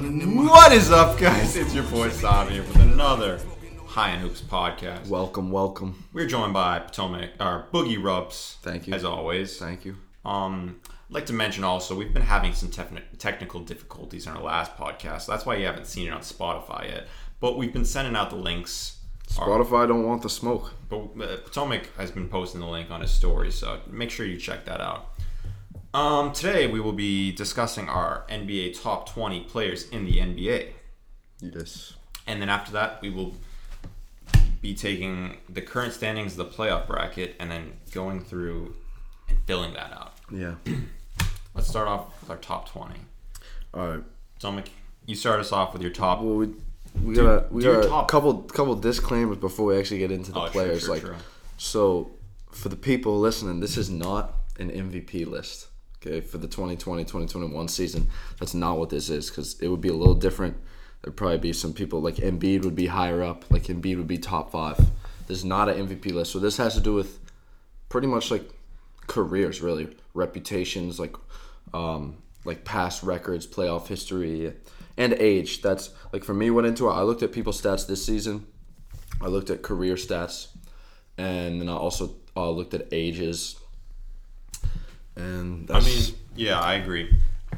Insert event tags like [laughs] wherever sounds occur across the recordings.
What is up, guys? It's your boy Sav here with another High and Hoops podcast. Welcome, welcome. We're joined by Potomac or Boogie Rups. Thank you. as always. Thank you. Um, I'd like to mention also we've been having some tef- technical difficulties in our last podcast. That's why you haven't seen it on Spotify yet. But we've been sending out the links. Our- Spotify don't want the smoke. but uh, Potomac has been posting the link on his story, so make sure you check that out. Um, today we will be discussing our NBA top 20 players in the NBA. Yes. And then after that, we will be taking the current standings of the playoff bracket and then going through and filling that out. Yeah. Let's start off with our top 20. [clears throat] All right. So, Mike, you start us off with your top. Well, we we got we do your got a top- couple couple disclaimers before we actually get into the Oh, sure, players. sure, like, sure. so for the people listening, this is not an MVP list. Okay, for the 2020-2021 season, that's not what this is because it would be a little different. There'd probably be some people like Embiid would be higher up. Like Embiid would be top five. This is not an MVP list. So this has to do with pretty much like careers really reputations like um like past records playoff history and age that's like for me went into it i looked at people's stats this season i looked at career stats and then i also uh, looked at ages and I that's, mean, yeah, I agree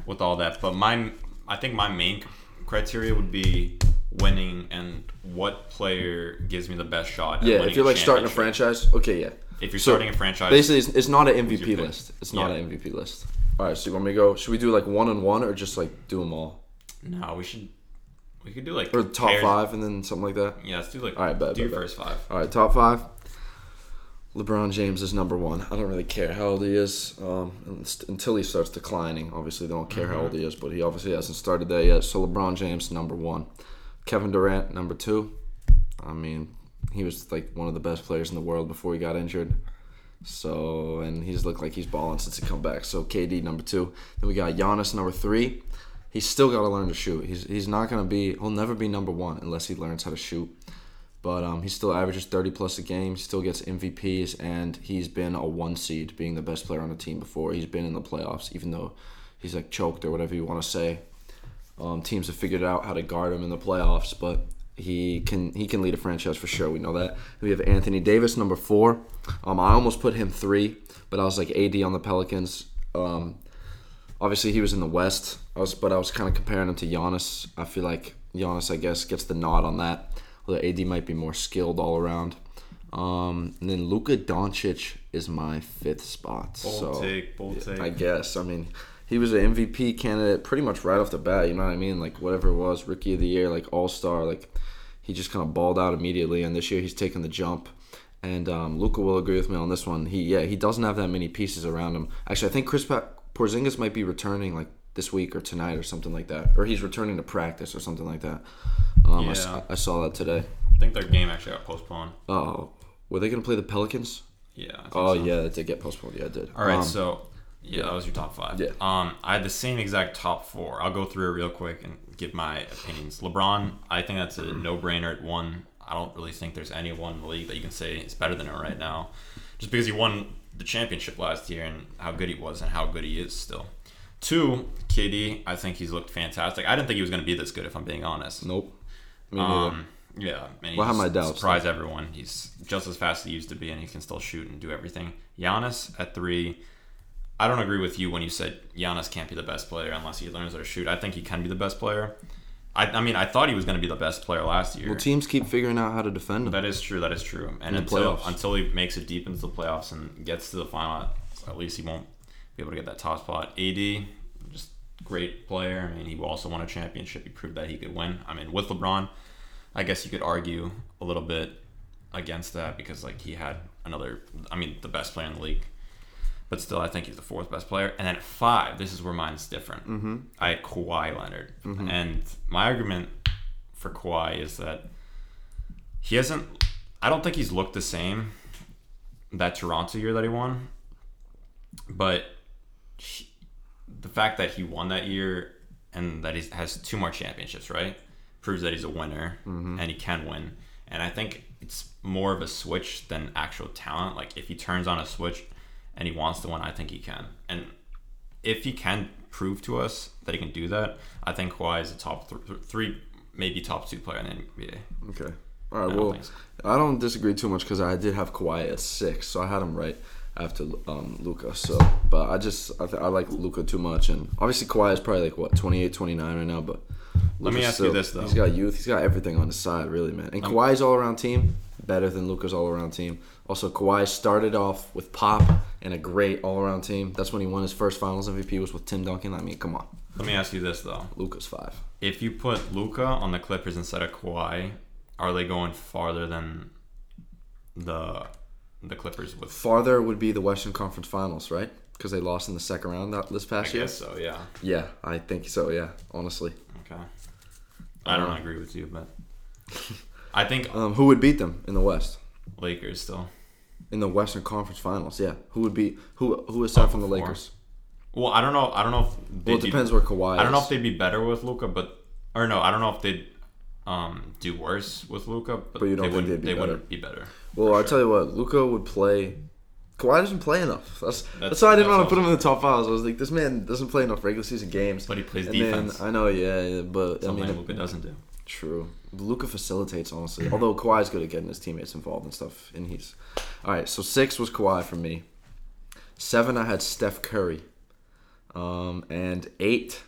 with all that. But my, I think my main criteria would be winning and what player gives me the best shot. At yeah winning if you're like starting a championship. franchise okay yeah If you're So, starting a franchise, basically it's, it's not an your mvp pick? list it's not Yeah. an mvp list all right so you want me to go should we do like one on one or just like do them all no, we should. We could do like or top pairs- five and then something like that Yeah, let's do like. All right, bet, do your bet, bet. first five. All right, top five. LeBron James is number one. I don't really care how old he is um, un- until he starts declining. Obviously, they don't care how old he is, but he obviously hasn't started there yet. So LeBron James number one. Kevin Durant number two. I mean, he was like one of the best players in the world before he got injured. So and he's looked like he's balling since he come back. So KD number two. Then we got Giannis number three. He's still got to learn to shoot. He's he's not gonna be. He'll never be number one unless he learns how to shoot. But um, he still averages 30 plus a game. He still gets MVPs, and he's been a one seed, being the best player on the team before. He's been in the playoffs, even though he's like choked or whatever you want to say. Um, teams have figured out how to guard him in the playoffs, but he can he can lead a franchise for sure. We know that. We have Anthony Davis, number four. Um, I almost put him three, but I was like AD on the Pelicans. Um, obviously he was in the West. I was, but I was kind of comparing him to Giannis. I feel like Giannis, I guess, gets the nod on that. Although AD might be more skilled all around. Um, and then Luka Doncic is my fifth spot. Bold so take, bold take. I guess. I mean, he was an MVP candidate pretty much right off the bat. You know what I mean? Like whatever it was, rookie of the year, like all star. Like he just kind of balled out immediately. And this year he's taken the jump. And um, Luca will agree with me on this one. He yeah he doesn't have that many pieces around him. Actually, I think Chris pa- Porzingis might be returning like this week or tonight or something like that, or he's returning to practice or something like that. Um, I s- Yeah. I saw that today. I think their game actually got postponed. Oh, were they gonna play the Pelicans? Yeah. I think Oh so. yeah, it did get postponed. Yeah, it did. All right, Um, so yeah, that was your top five. Yeah. Um, I had the same exact top four. I'll go through it real quick and give my opinions. LeBron, I think that's a no-brainer at one. I don't really think there's anyone in the league that you can say is better than him right now, just because he won the championship last year and how good he was and how good he is still. Two, KD, I think he's looked fantastic. I didn't think he was going to be this good, if I'm being honest. nope. Me neither. Um, yeah, and he Well, I have just my doubts, surprised everyone. He's just as fast as he used to be, and he can still shoot and do everything. Giannis at three. I don't agree with you when you said Giannis can't be the best player unless he learns how to shoot. I think he can be the best player. I, I mean, I thought he was going to be the best player last year. Well, teams keep figuring out how to defend him. that is true. That is true. And the until playoffs. until he makes it deep into the playoffs and gets to the final, at least he won't be able to get that top spot. AD, just great player. I mean, he also won a championship. He proved that he could win. I mean, with LeBron, I guess you could argue a little bit against that because like he had another I mean the best player in the league. But still, I think he's the fourth best player. And then at five, this is where mine's different. Mm-hmm. I had Kawhi Leonard, Mm-hmm. and my argument for Kawhi is that he hasn't. I don't think he's looked the same that Toronto year that he won, but he- the fact that he won that year and that he has two more championships, right, proves that he's a winner and he can win. And I think it's more of a switch than actual talent. Like if he turns on a switch and he wants to win, I think he can. And if he can prove to us that he can do that, I think Kawhi is a top th- three, maybe top two player in the NBA. Okay. All right. don't well, think so. I don't disagree too much because I did have Kawhi at six, so I had him right after um, Luca. So, but I just I, th- I like Luca too much, and obviously Kawhi is probably like what 28, 29 right now. But Let me Luka's ask you this, though. he's got youth, he's got everything on his side, really, man. And Kawhi's all around team better than Luca's all around team. Also, Kawhi started off with Pop and a great all around team. That's when he won his first Finals MVP was with Tim Duncan. I mean, come on, Let me ask you this though: Luca's five. If you put Luca on the Clippers instead of Kawhi, are they going farther than the the Clippers with? Farther would be the Western Conference Finals, right? Because they lost in the second round that this I past year. guess so. Yeah. Yeah, I think so. Yeah, honestly, Okay. I don't agree with you, but I think um, who would beat them in the West Lakers still. in the Western Conference Finals? Yeah, who would be who? Who aside from the Four. Lakers? Well, I don't know. I don't know if Well, they'd it be- depends where Kawhi. Is. I don't know if they'd be better with Luca, but or no, I don't know if they'd um, do worse with Luca, but, But you don't they think wouldn't. they'd be they better? wouldn't be better. Well, I tell you what, Luca would play. Kawhi doesn't play enough. That's that's, That's- why I didn't that's want to put him in also the top five. I was like, this man doesn't play enough regular season games. But he plays and defense. Then, I know, yeah, yeah, but Something I mean, Luca doesn't do. True. Luca facilitates honestly. Although Kawhi's good at getting his teammates involved and stuff, and he's all right. So six was Kawhi for me. Seven, I had Steph Curry, um, and eight,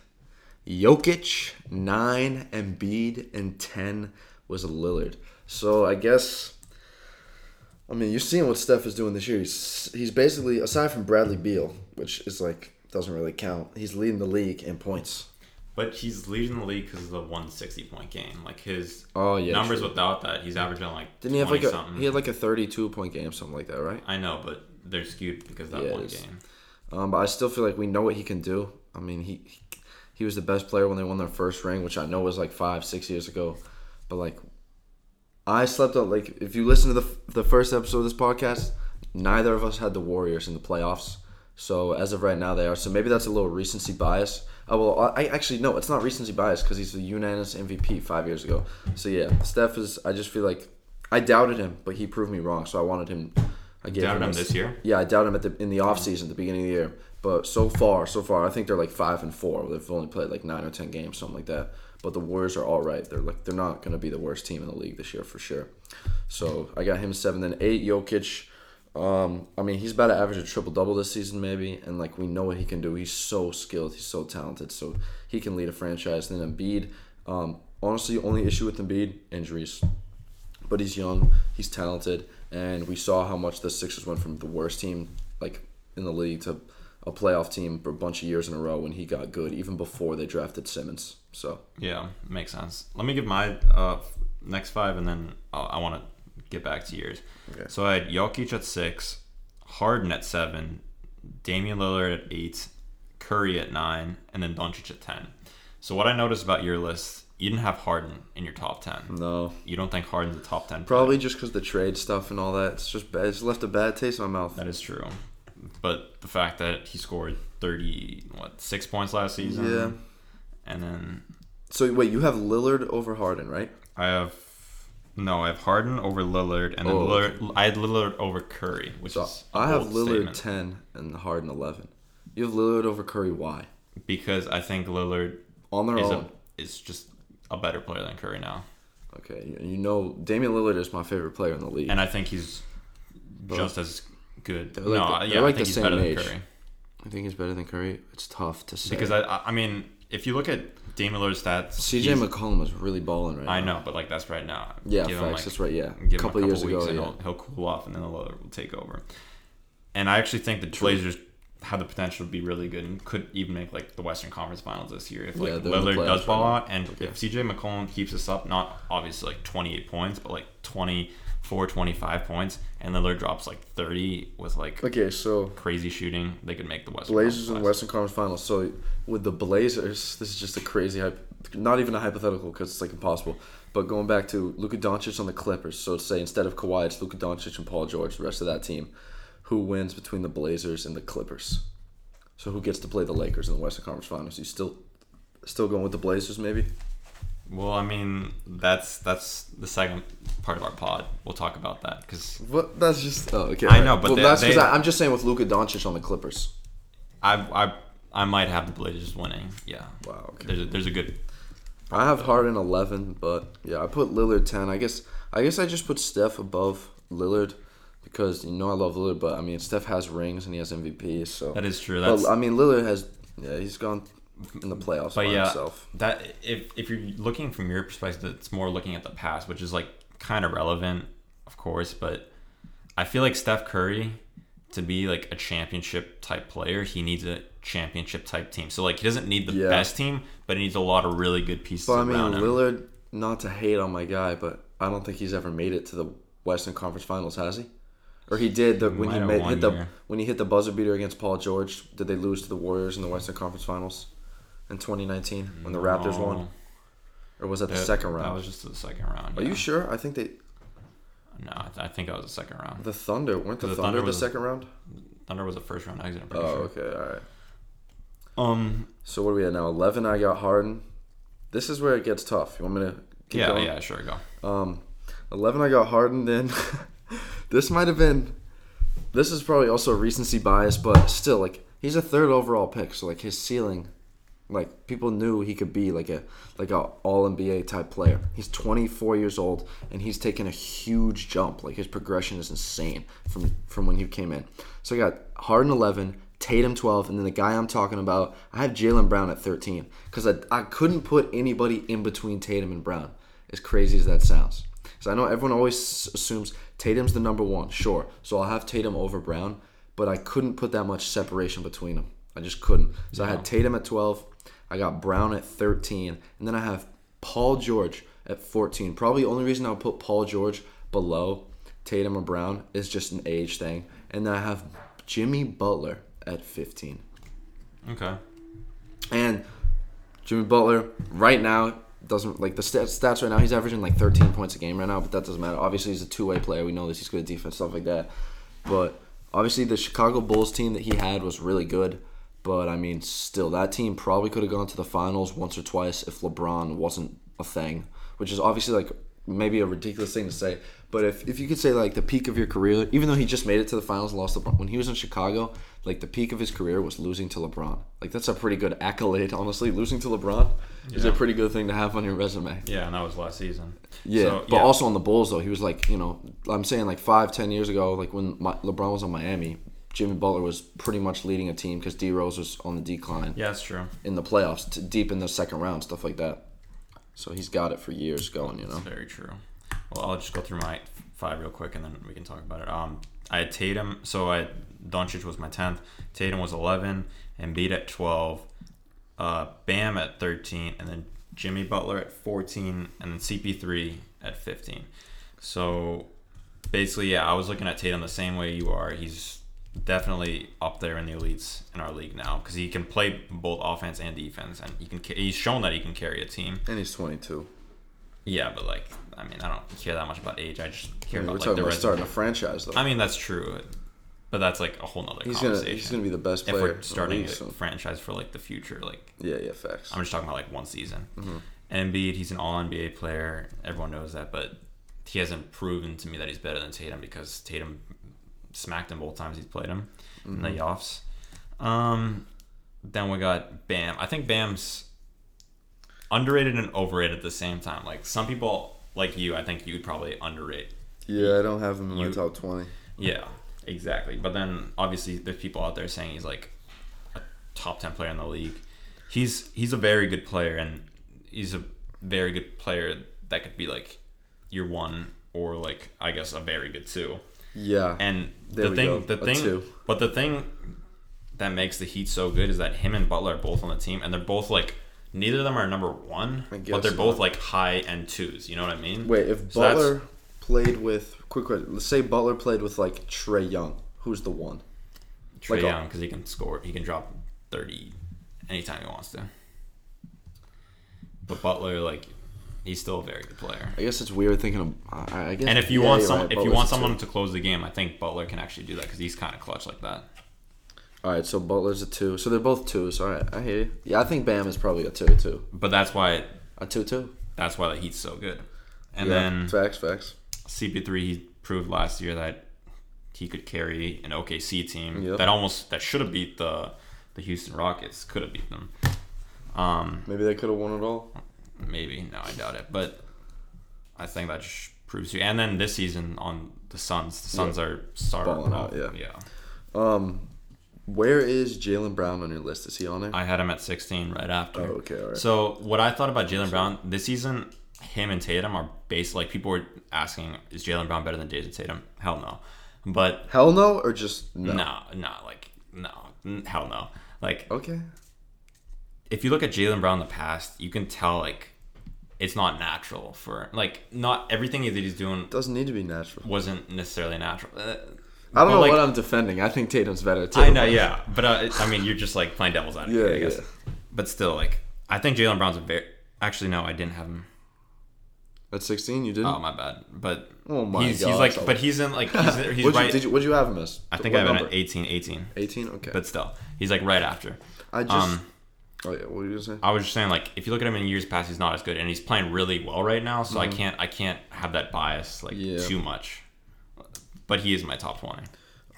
Jokic. Nine, Embiid, and ten was Lillard. So I guess. I mean, you're seeing what Steph is doing this year. He's he's basically aside from Bradley Beal, which is like doesn't really count. He's leading the league in points. But he's leading the league because of the 160 point game. Like his Oh yeah, numbers without that, he's averaging like Didn't he have like a something. he had like a thirty-two point game, something like that, right? I know, but they're skewed because of that Yeah, it one is. game. Um, but I still feel like we know what he can do. I mean, he he was the best player when they won their first ring, which I know was like five, six years ago. But like, I slept on like if you listen to the the first episode of this podcast, neither of us had the Warriors in the playoffs. So as of right now, they are. So maybe that's a little recency bias. Oh well, I I actually no, it's not recency bias because he's the unanimous MVP five years ago. So yeah, Steph is. I just feel like I doubted him, but he proved me wrong. So I wanted him. I gave Doubted him him a- this year? yeah, I doubt him at the in the offseason at the beginning of the year. But so far, so far, I think they're like five and four. They've only played like nine or ten games, something like that. But the Warriors are all right. They're like they're not going to be the worst team in the league this year for sure. So I got him seven, then eight. Jokic. Um, I mean, he's about to average a triple double this season, maybe, and like we know what he can do. He's so skilled. He's so talented. So he can lead a franchise. And then Embiid. Um, honestly, only issue with Embiid injuries but he's young, he's talented, and we saw how much the Sixers went from the worst team like in the league to a playoff team for a bunch of years in a row when he got good, even before they drafted Simmons. So Yeah, makes sense. Let me give my uh, next five, and then I'll, I want to get back to yours. Okay. So I had Jokic at six, Harden at seven, Damian Lillard at eight, Curry at nine, and then Doncic at ten. So what I noticed about your list, you didn't have Harden in your top ten. no, You don't think Harden's a top ten? player. probably just because the trade stuff and all that. It's just bad. It's left a bad taste in my mouth. that is true, but the fact that he scored thirty what six points last season, Yeah. and then So wait, you have Lillard over Harden, right? I have no, I have Harden over Lillard, and then Oh, Lillard, I had Lillard over Curry, which So is a I have bold statement, Lillard ten and Harden eleven. You have Lillard over Curry. Why? because I think Lillard On their is own. a, is just a better player than Curry now, okay, you- you know Damian Lillard is my favorite player in the league. and I think he's just as good. like no, the- yeah, they're I like think the he's same better age. than Curry I think he's better than Curry. It's tough to say because I, I, I mean, if you look at Damian Lillard's stats, CJ he's- McCollum is really balling right now. I know, but like that's right now. Yeah, Give him, facts. like, that's right. Yeah, give a couple, him a years couple weeks ago. and Yeah. he'll, he'll cool off and then Lillard will take over. And I actually think the Blazers have the potential to be really good and could even make like the Western Conference Finals this year if like Yeah, they're in the Lillard playoffs does ball right out and if CJ McCollum keeps this up, not obviously like 28 points, but like 24, 25 points, and Lillard drops like 30 with like Okay, so crazy shooting, they could make the Western Blazers Conference in the Finals. Western Conference Finals. So with the Blazers, this is just a crazy hype. Not even a hypothetical because it's like impossible. But going back to Luka Doncic on the Clippers, so say instead of Kawhi, it's Luka Doncic and Paul George, the rest of that team. Who wins between the Blazers and the Clippers? So who gets to play the Lakers in the Western Conference Finals? You still, still going with the Blazers maybe? Well, I mean, that's that's the second part of our pod. We'll talk about that because What? That's just. Oh, okay. I know, but well, they- that's because they- I'm just saying with Luka Doncic on the Clippers. I I I might have the Blazers winning. Yeah. Wow. Okay. There's a, there's a good. I have Harden eleven, but yeah, I put Lillard ten. I guess I guess I just put Steph above Lillard because you know I love Lillard, but I mean Steph has rings and he has MVP, so That is true. But, That's I mean Lillard has yeah he's gone in the playoffs But by yeah, himself. that. If if you're looking from your perspective, it's more looking at the past, which is like kind of relevant, of course. But I feel like Steph Curry, to be like a championship type player, he needs a championship type team. So like he doesn't need the Yeah. best team, but he needs a lot of really good pieces But I mean around him. Lillard, not to hate on my guy, but I don't think he's ever made it to the Western Conference Finals, has he? Or he did the, when might he have made, one hit the year. when he hit the buzzer beater against Paul George. Did they lose to the Warriors in the Western Conference Finals in 2019 when the Raptors won, or was that the Oh, That- second That round? was just the second round. Are yeah. you sure? I think they No, I, th- I think that was the second round. the Thunder weren't the, The Thunder Thunder, the was- second round. Thunder was a first round exit. I'm pretty Oh, sure. okay, all right. Um. So what are we at now? Eleven. I got Harden. This is where it gets tough. You want me to? Keep yeah. going? Yeah. Sure. Go. Um, eleven. I got Harden. Then [laughs] this might have been. This is probably also recency bias, but still, like he's a third overall pick, so like his ceiling, like people knew he could be like a like a All NBA type player. He's 24 years old, and he's taken a huge jump. Like his progression is insane from from when he came in. So I got Harden 11. Tatum 12, and then the guy I'm talking about, I have Jalen Brown at 13 because I, I couldn't put anybody in between Tatum and Brown as crazy as that sounds. Because I know everyone always s- assumes Tatum's the number one, sure. So I'll have Tatum over Brown, but I couldn't put that much separation between them. I just couldn't. So I had Tatum at 12, I got Brown at 13, and then I have Paul George at 14. Probably the only reason I'll put Paul George below Tatum or Brown is just an age thing. And then I have Jimmy Butler at 15. Okay. And Jimmy Butler right now doesn't like the stats, stats right now. He's averaging like 13 points a game right now, but that doesn't matter. Obviously, he's a two way player. We know this. He's good at defense, stuff like that. But obviously, the Chicago Bulls team that he had was really good. But I mean, still, that team probably could have gone to the finals once or twice if LeBron wasn't a thing, which is obviously like maybe a ridiculous thing to say. But if, if you could say like the peak of your career, even though he just made it to the finals and lost LeBron, when he was in Chicago, like the peak of his career was losing to LeBron. Like that's a pretty good accolade, honestly. Losing to LeBron is a Yeah. pretty good thing to have on your resume. Yeah, and that was last season. Yeah, So, but also on the Bulls though, he was like you know I'm saying like five ten years ago, like when my, LeBron was on Miami, Jimmy Butler was pretty much leading a team because D Rose was on the decline yeah, that's true. in the playoffs, t- deep in the second round, stuff like that. So he's got it for years going, you know. That's very true. Well, I'll just go through my five real quick, and then we can talk about it. Um, I had Tatum, so I Doncic was my tenth. Tatum was eleven, Embiid at twelve, uh, Bam at thirteen, and then Jimmy Butler at fourteen, and then CP3 at fifteen. So basically, yeah, I was looking at Tatum the same way you are. He's definitely up there in the elites in our league now because he can play both offense and defense, and he can. ca- He's shown that he can carry a team. And he's 22. Yeah, but like, I mean, I don't care that much about age. I just I care mean, we're about talking like the about resume. starting a franchise though. I mean, that's true, but that's like a whole nother he's gonna conversation. he's gonna be the best if player. in we're the starting a league, so- franchise for like the future, like Yeah, yeah, facts. I'm just talking about like one season. And Embiid, he's an All NBA player. Everyone knows that, but he hasn't proven to me that he's better than Tatum because Tatum smacked him both times he's played him in the offs. Um, then we got Bam. I think Bam's underrated and overrated at the same time. Like some people, like you, I think you would probably underrate yeah, I don't have him in my You- top 20. yeah, exactly. But then obviously there's people out there saying he's like a top ten player in the league. He's he's a very good player and he's a very good player that could be like your one or like I guess a very good two. Yeah. And There the we thing go, the a thing two. but the thing that makes the Heat so good is that him and Butler are both on the team and they're both like neither of them are number one, guess but they're both like high end twos. You know what I mean? Wait, if So that's- Butler played with quick question, let's say Butler played with like Trey Young, who's the one? Trey Like a- Young because he can score. He can drop thirty anytime he wants to. But Butler, like, he's still a very good player. I guess it's weird thinking of. I, I guess. And if you yeah, want you're some, right, if you Butler's want a two. someone to close the game, I think Butler can actually do that because he's kind of clutch like that. All right, so Butler's a two, so they're both twos. All right, I hear you. Yeah, I think Bam is probably a two two, But that's why a two two. that's why the Heat's so good. And yeah, then facts, facts. CP3, he proved last year that he could carry an OKC team Yep. that almost that should have beat the the Houston Rockets could have beat them. Um, Maybe they could have won it all. maybe no, I doubt it, but I think that sh- proves you. And then this season on the Suns, the Suns are starting Balling out, yeah. yeah. Um, where is Jalen Brown on your list? Is he on there? I had him at 16 right after. Oh, okay, all right. So what I thought about Jalen Brown this season, him and Tatum are based like people were asking, is Jalen Brown better than Jason Tatum? Hell no. But Hell no, or just no. no, no, like no, N- hell no. Like Okay. if you look at Jalen Brown in the past, you can tell like it's not natural for like not everything that he's doing Doesn't need to be natural. wasn't necessarily natural. Uh, I don't but, know like, what I'm defending. I think Tatum's better too. I know, yeah, but uh, I mean, you're just like playing devil's advocate, Yeah, I guess. yeah. But still, like, I think Jalen Brown's a very. Actually, no, I didn't have him. At 16, you didn't. Oh my bad. But Oh my he's, God, he's like, so- but he's in like [laughs] he's, he's what'd, right. you, did you, what'd you have him as? I think What I have him number? at 18, 18. 18. Okay. But still, he's like right after. I just. Um, oh yeah. What were you gonna say? I was just saying, like, if you look at him in years past, he's not as good, and he's playing really well right now. So I can't, I can't have that bias like Mm-hmm. Yeah. too much. But he is my top twenty.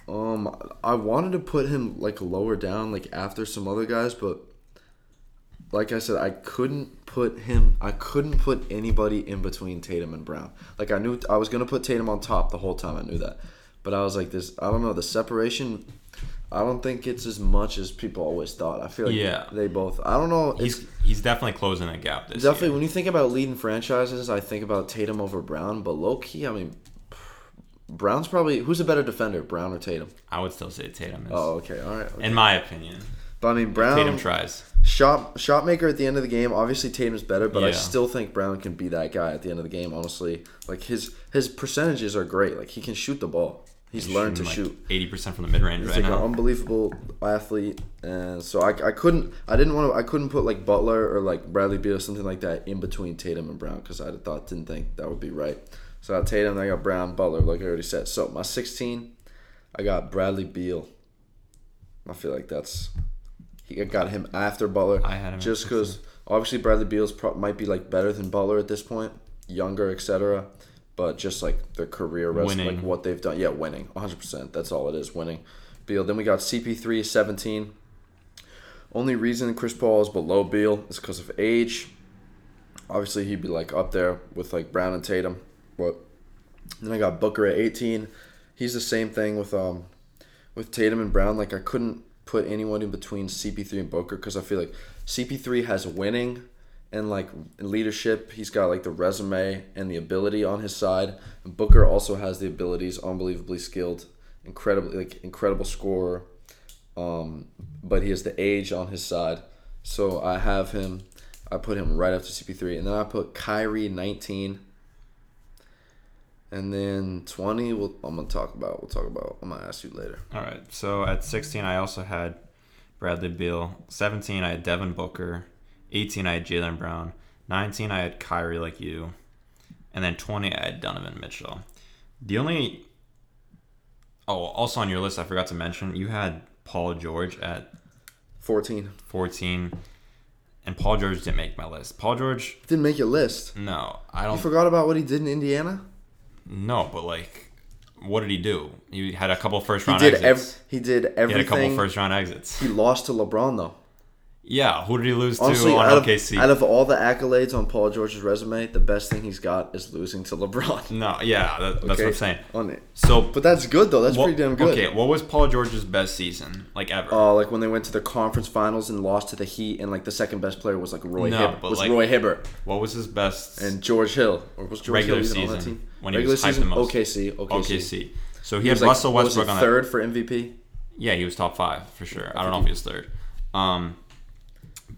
Um, I wanted to put him like lower down, like after some other guys, but like I said, I couldn't put him. I couldn't put anybody in between Tatum and Brown. Like I knew I was gonna put Tatum on top the whole time. I knew that, but I was like, this. I don't know the separation. I don't think it's as much as people always thought. I feel like Yeah. they both. I don't know. It's He's he's definitely closing a gap this definitely year. when you think about leading franchises, I think about Tatum over Brown. But low key, I mean, Brown's probably who's a better defender, Brown or Tatum? I would still say Tatum is, Oh, Um, okay, all right. in my opinion. But I mean, Brown Tatum tries. shot shot maker at the end of the game. Obviously, Tatum's better, but I Yeah. still think Brown can be that guy at the end of the game. Honestly, like his his percentages are great. Like he can shoot the ball. He's, learned to shoot. eighty percent from the mid range He's right like an now. unbelievable athlete, and so I, I couldn't I didn't want to I couldn't put like Butler or like Bradley Beal or something like that in between Tatum and Brown because I thought didn't think that would be right. So I got Tatum, then I got Brown, Butler, like I already said. So my 16, I got Bradley Beal. I feel like that's he I got him after Butler. I had him at just because obviously Bradley Beal's pro- might be like better than Butler at this point, younger, etc. But just like their career rest, Winning. like what they've done. Yeah, winning. 100%. That's all it is, winning. Beal. Then we got CP3, 17. Only reason Chris Paul is below Beal is because of age. Obviously, he'd be like up there with like Brown and Tatum. But then I got Booker at 18. He's the same thing with um with Tatum and Brown. Like I couldn't put anyone in between CP3 and Booker because I feel like CP3 has winning and like leadership. He's got like the resume and the ability on his side. And Booker also has the abilities, unbelievably skilled, incredibly like incredible scorer. Um, but he has the age on his side. So I have him. I put him right after CP3, and then I put Kyrie 19. And then 20, we'll, I'm going to talk about. We'll talk about. I'm going to ask you later. All right. So at 16, I also had Bradley Beal. 17, I had Devin Booker. 18, I had Jalen Brown. 19, I had Kyrie, like you. And then 20, I had Donovan Mitchell. The only. Oh, also on your list, I forgot to mention, you had Paul George at 14. 14. And Paul George didn't make my list. Paul George, Didn't make your list. no. I You don't. forgot about what he did in Indiana? No, but like, what did he do? He had a couple first He round did, ev- exits. he did he had a couple everything. first round exits. he lost to LeBron, though. Yeah, who did he lose Honestly, to uh, on out of, OKC? out of all the accolades on Paul George's resume, the best thing he's got is losing [laughs] to LeBron. no, yeah, that, that's what I'm Okay? saying. On it. So, But that's good, though. That's what- pretty damn good. Okay, what was Paul George's best season like ever? Uh, like when they went to the conference finals and lost to the Heat, and like the second best player was like Roy No, Hibbert, but, was like, Roy Hibbert what was his best and George Hill, or was George Regular Hill even on that season, team? when he was hyped the most. OKC, OKC. OKC? So he, He had was like, Russell what was he, Westbrook on that. third for MVP. Yeah, he was top five for sure. I don't know if he was third. Um,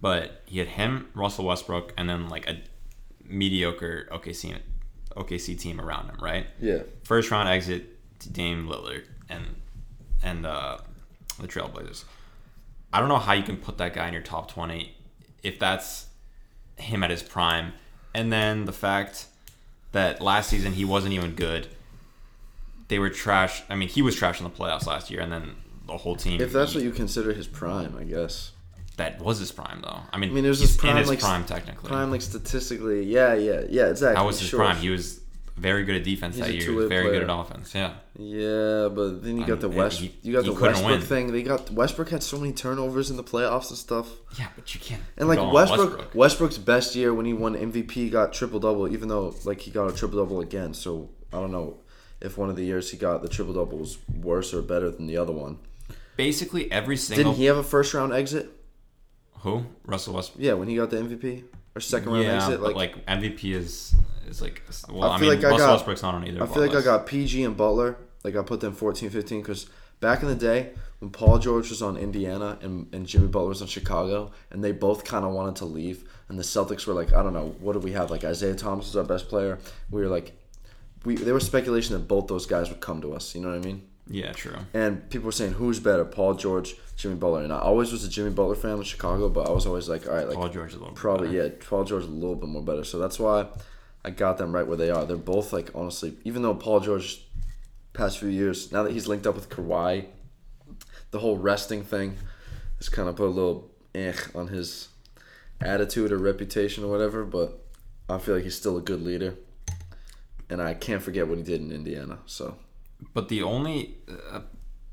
but he had him, Russell Westbrook, and then like a mediocre OKC OKC team around him, right? Yeah, First round exit to Dame Lillard and and uh, the Trailblazers. I don't know how you can put that guy in your top twenty if that's him at his prime. And then the fact that last season he wasn't even good. They were trash. I mean, he was trash in the playoffs last year, and then the whole team. if that's what you consider his prime, I guess. that was his prime, though. I mean, I mean, it was he's his prime, in his like, prime technically. Prime, like statistically, yeah, yeah, yeah, exactly. That was his sure. prime. He was very good at defense He's that a year. He two-way was very good player. at offense. Yeah. Yeah, but then you I got the mean, West. he- you got he the couldn't Westbrook win. thing. They got Westbrook had so many turnovers in the playoffs and stuff. Yeah, but you can't. And like go on Westbrook, Westbrook's best year when he won MVP got triple double, even though like he got a triple double again. So I don't know if one of the years he got the triple double was worse or better than the other one. Basically every single Didn't he have a first round exit? who Russell Westbrook. Yeah, when he got the MVP or second round Yeah, exit. but Like, like MVP is is like well, I, feel mean like I Russell got- Westbrook's not on either. I of feel our like I lists. got PG and Butler. Like I put them 14, 15 because back in the day when Paul George was on Indiana and, and Jimmy Butler was on Chicago, and they both kind of wanted to leave, and the Celtics were like, I don't know, what do we have? Like Isaiah Thomas is our best player. We were like, we there was speculation that both those guys would come to us. You know what I mean? Yeah, true. And people were saying who's better, Paul George, Jimmy Butler, and I always was a Jimmy Butler fan with Chicago, but I was always like, all right, like Paul George is a little bit Probably better. yeah, Paul George is a little bit more better. So that's why I got them right where they are. They're both like honestly, even though Paul George past few years, now that he's linked up with Kawhi, the whole resting thing has kind of put a little eh on his attitude or reputation or whatever, but I feel like he's still a good leader. And I can't forget what he did in Indiana. So But the only uh,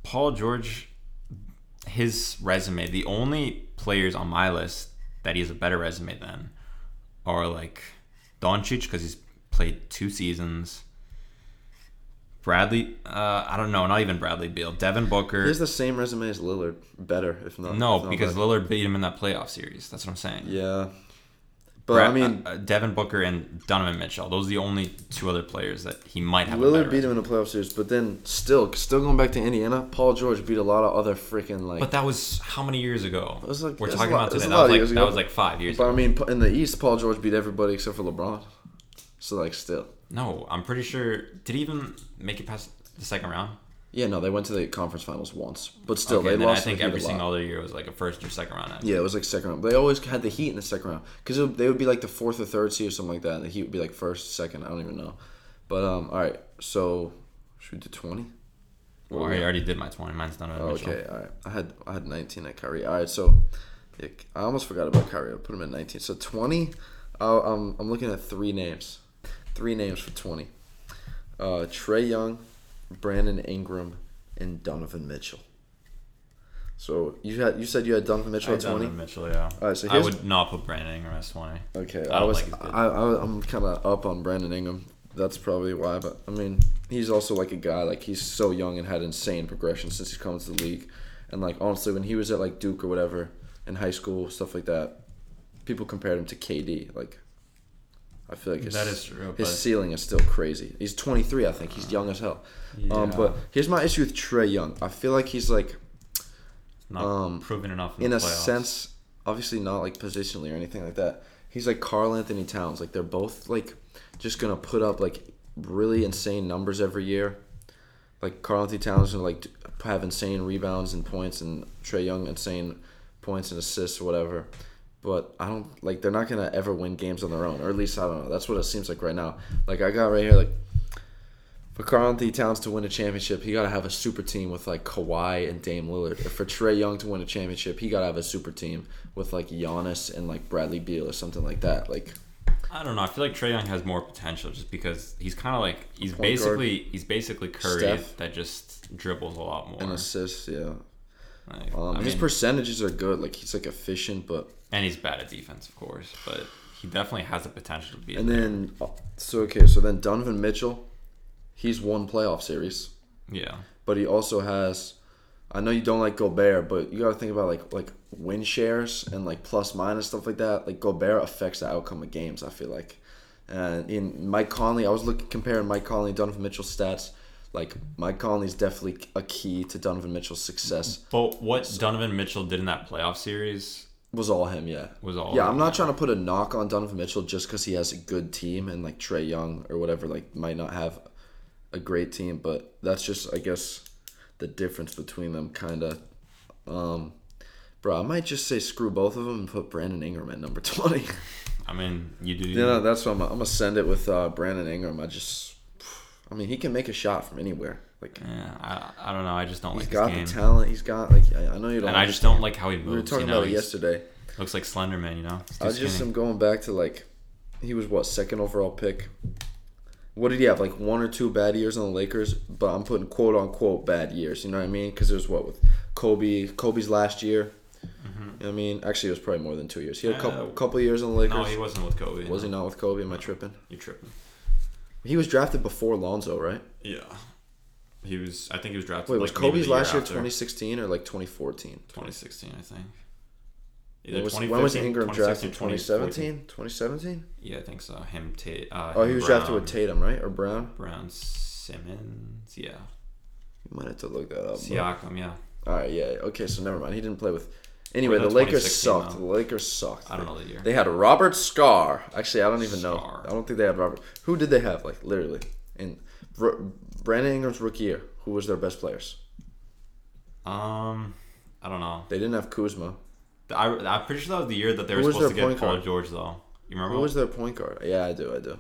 Paul George, his resume, the only players on my list that he has a better resume than are like Doncic because he's played two seasons. Bradley, uh, I don't know, not even Bradley Beal, Devin Booker. he has the same resume as Lillard, better if not. no, if not because better. Lillard beat him in that playoff series. That's what I'm saying. yeah, but Brad- I mean, uh, uh, Devin Booker and Donovan Mitchell. Those are the only two other players that he might have. a better Lillard beat him in the playoff series, but then still, still going back to Indiana, Paul George beat a lot of other freaking like. But that was how many years ago? was like- We're it's a talking lot- about it's today. a That lot was of like years that ago. was like five years. but ago. I mean, in the East, Paul George beat everybody except for LeBron. So like, still, No, I'm pretty sure. Did he even make it past the second round? yeah, no, they went to the conference finals once, but still, Okay, they then I lost. to think the Heat every a lot. single other year was like a first or second round. Yeah, it was like second round. They always had the Heat in the second round because they would be like the fourth or third seed or something like that. And the Heat would be like first, second. I don't even know. But um, all right. So should we do twenty? Well, I already did my twenty. Mine's done. Oh, Mitchell. okay, all right. I had I had 19 at Kyrie. All right, so yeah, I almost forgot about Kyrie. I put him at 19. So 20. Uh, I'm I'm looking at three names, three names for 20. Uh, Trey Young, Brandon Ingram, and Donovan Mitchell. So you had you said you had I Donovan Mitchell had at 20. Donovan Mitchell. Yeah. right, so I here's- would not put Brandon Ingram as twenty. Okay, I I, don't was like his business. I, I I'm kind of up on Brandon Ingram. That's probably why, but I mean, he's also like a guy like he's so young and had insane progression since he's come into the league, and like honestly, when he was at like Duke or whatever in high school stuff like that, people compared him to KD. Like, I feel like his, That is true, His but- ceiling is still crazy. He's 23, I think. He's young as hell. Um, Yeah. but here's my issue with Trey Young. I feel like he's like Not um, proven enough in, in the a playoffs. sense, obviously not like positionally or anything like that. He's like Carl Anthony Towns. Like they're both like just gonna put up like really insane numbers every year. Like Carl Anthony Towns is gonna like d- have insane rebounds and points, and Trey Young insane points and assists or whatever. But I don't like they're not gonna ever win games on their own, or at least I don't know. That's what it seems like right now. Like I got right here like. For Carl Anthony Towns to win a championship, he got to have a super team with like Kawhi and Dame Lillard. If for Trey Young to win a championship, he got to have a super team with like Giannis and like Bradley Beal or something like that. Like I don't know. I feel like Trey Young has more potential just because he's kind of like he's Point guard. basically he's basically Curry Steph. that just dribbles a lot more. and assists, yeah. Like, Um, I his mean- percentages are good. Like he's like efficient, but and he's bad at defense, of course, but he definitely has the potential to be. and then uh, so okay, so then Donovan Mitchell, he's won playoff series. yeah, but he also has. I know you don't like Gobert, but you gotta think about like like win shares and like plus minus stuff like that. Like Gobert affects the outcome of games. I feel like, and in Mike Conley, I was looking comparing Mike Conley and Donovan Mitchell's stats. Like Mike Conley's definitely a key to Donovan Mitchell's success. but what Donovan Mitchell did in that playoff series Was all him, yeah. was all. Yeah, I'm not trying to put a knock on Donovan Mitchell just because he has a good team and like Trey Young or whatever like might not have a great team, but that's just I guess the difference between them, kind of. Um, bro, I might just say screw both of them and put Brandon Ingram at number [laughs] twenty. I mean, you do. you know, that's what I'm. I'm gonna send it with uh, Brandon Ingram. I just, I mean, he can make a shot from anywhere. Like Yeah, I, I don't know. I just don't he's like his got game, the talent. He's got like I I know you don't. and I just understand. don't like how he moves. We were you talking know, about it He's- yesterday. Looks like Slenderman, you know. He's too I just skinny. am going back to like he was what second overall pick what did he have? Like one or two bad years on the Lakers, but I'm putting quote unquote bad years. You know what I mean? Because it was what with Kobe, Kobe's last year. You know what I mean, actually, it was probably more than two years. He had a couple Mm-hmm. Uh, couple years on the Lakers. No, he wasn't with Kobe. was he no. not with Kobe? Am I tripping? You're tripping. He was drafted before Lonzo, right? Yeah. He was. I think he was drafted. Wait, was like, maybe Kobe's the year last year after. 2016 or like 2014? 2016, I think. Either When was, when was 2015, Ingram 2016, drafted? 2017? 2017? 2014. Yeah, I think so. Him, Tate. Uh, Oh, him, he was Brown, drafted with Tatum, right? Or Brown? Brown Simmons. Yeah. You might have to look that up. but- Siakam, yeah. All right, yeah. Okay, so never mind. He didn't play with. Anyway, no, the Lakers 2016 sucked. though. The Lakers sucked. I don't know the year. They had Robert Scar. Actually, I don't even know. Scarr. I don't think they had Robert. Who did they have? Like literally, in R- Brandon Ingram's rookie year, who was their best players? Um, I don't know. They didn't have Kuzma. I, I'm pretty sure that was the year that they Who were was supposed to their get point Paul guard? George, though. You remember? Who was their point guard? Yeah, I do. I do.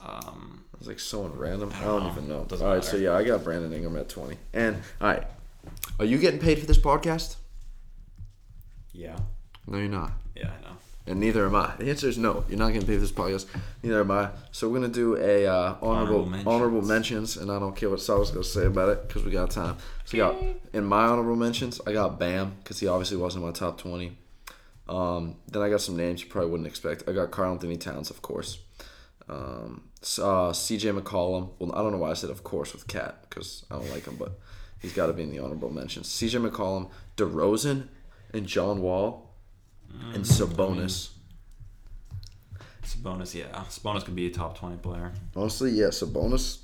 um, I was like someone random. I don't, know. even know. Doesn't all right, so matter. yeah, I got Brandon Ingram at twenty. And all right, are you getting paid for this podcast? yeah. No, you're not. Yeah, I know. And neither am I. The answer is no. You're not getting paid for this podcast. Neither am I. So we're gonna do a uh, honorable Honorable honorable mentions. mentions. and I don't care what Saul's gonna say about it because we got time. So we got in my honorable mentions, I got Bam because he obviously wasn't in my top twenty. Um, then I got some names you probably wouldn't expect. I got Carl Anthony Towns, of course. Um, s- uh, C.J. McCollum. Well, I don't know why I said of course with Cat because I don't like him, but he's got to be in the honorable mentions. C.J. McCollum, DeRozan, and John Wall, and Sabonis. Sabonis, yeah. Sabonis could be a top 20 player. Honestly, yeah, Sabonis.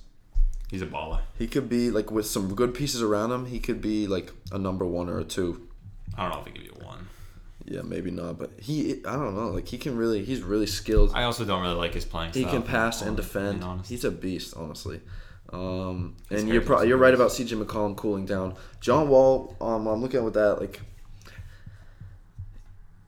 He's a baller. He could be like with some good pieces around him. He could be like a number one or a two. I don't know if he could be a one. Yeah, maybe not, but he. I don't know. Like he can really. He's really skilled. I also don't really like his playing He style. can pass and um, defend. being honest. He's a beast, honestly. Um, He's and you're very pro- good. you're right about CJ McCollum cooling down. John Wall. Um, I'm looking at with that like.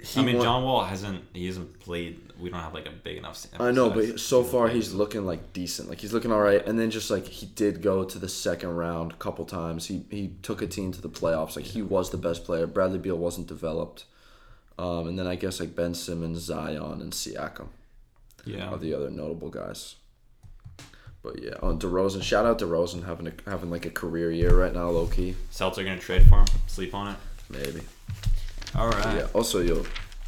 He I mean, won- John Wall hasn't. He hasn't played. We don't have like a big enough. sample I know, size. but so far he's looking like decent. Like he's looking all right. And then just like he did go to the second round a couple times. He he took a team to the playoffs. Like he was the best player. Bradley Beal wasn't developed. Um, and then I guess like Ben Simmons, Zion, and Siakam yeah. are the other notable guys. But yeah, on DeRozan, shout out DeRozan having a, having like a career year right now, low key Celts are gonna trade for him. Sleep on it. maybe. All right. Yeah. Also, yo,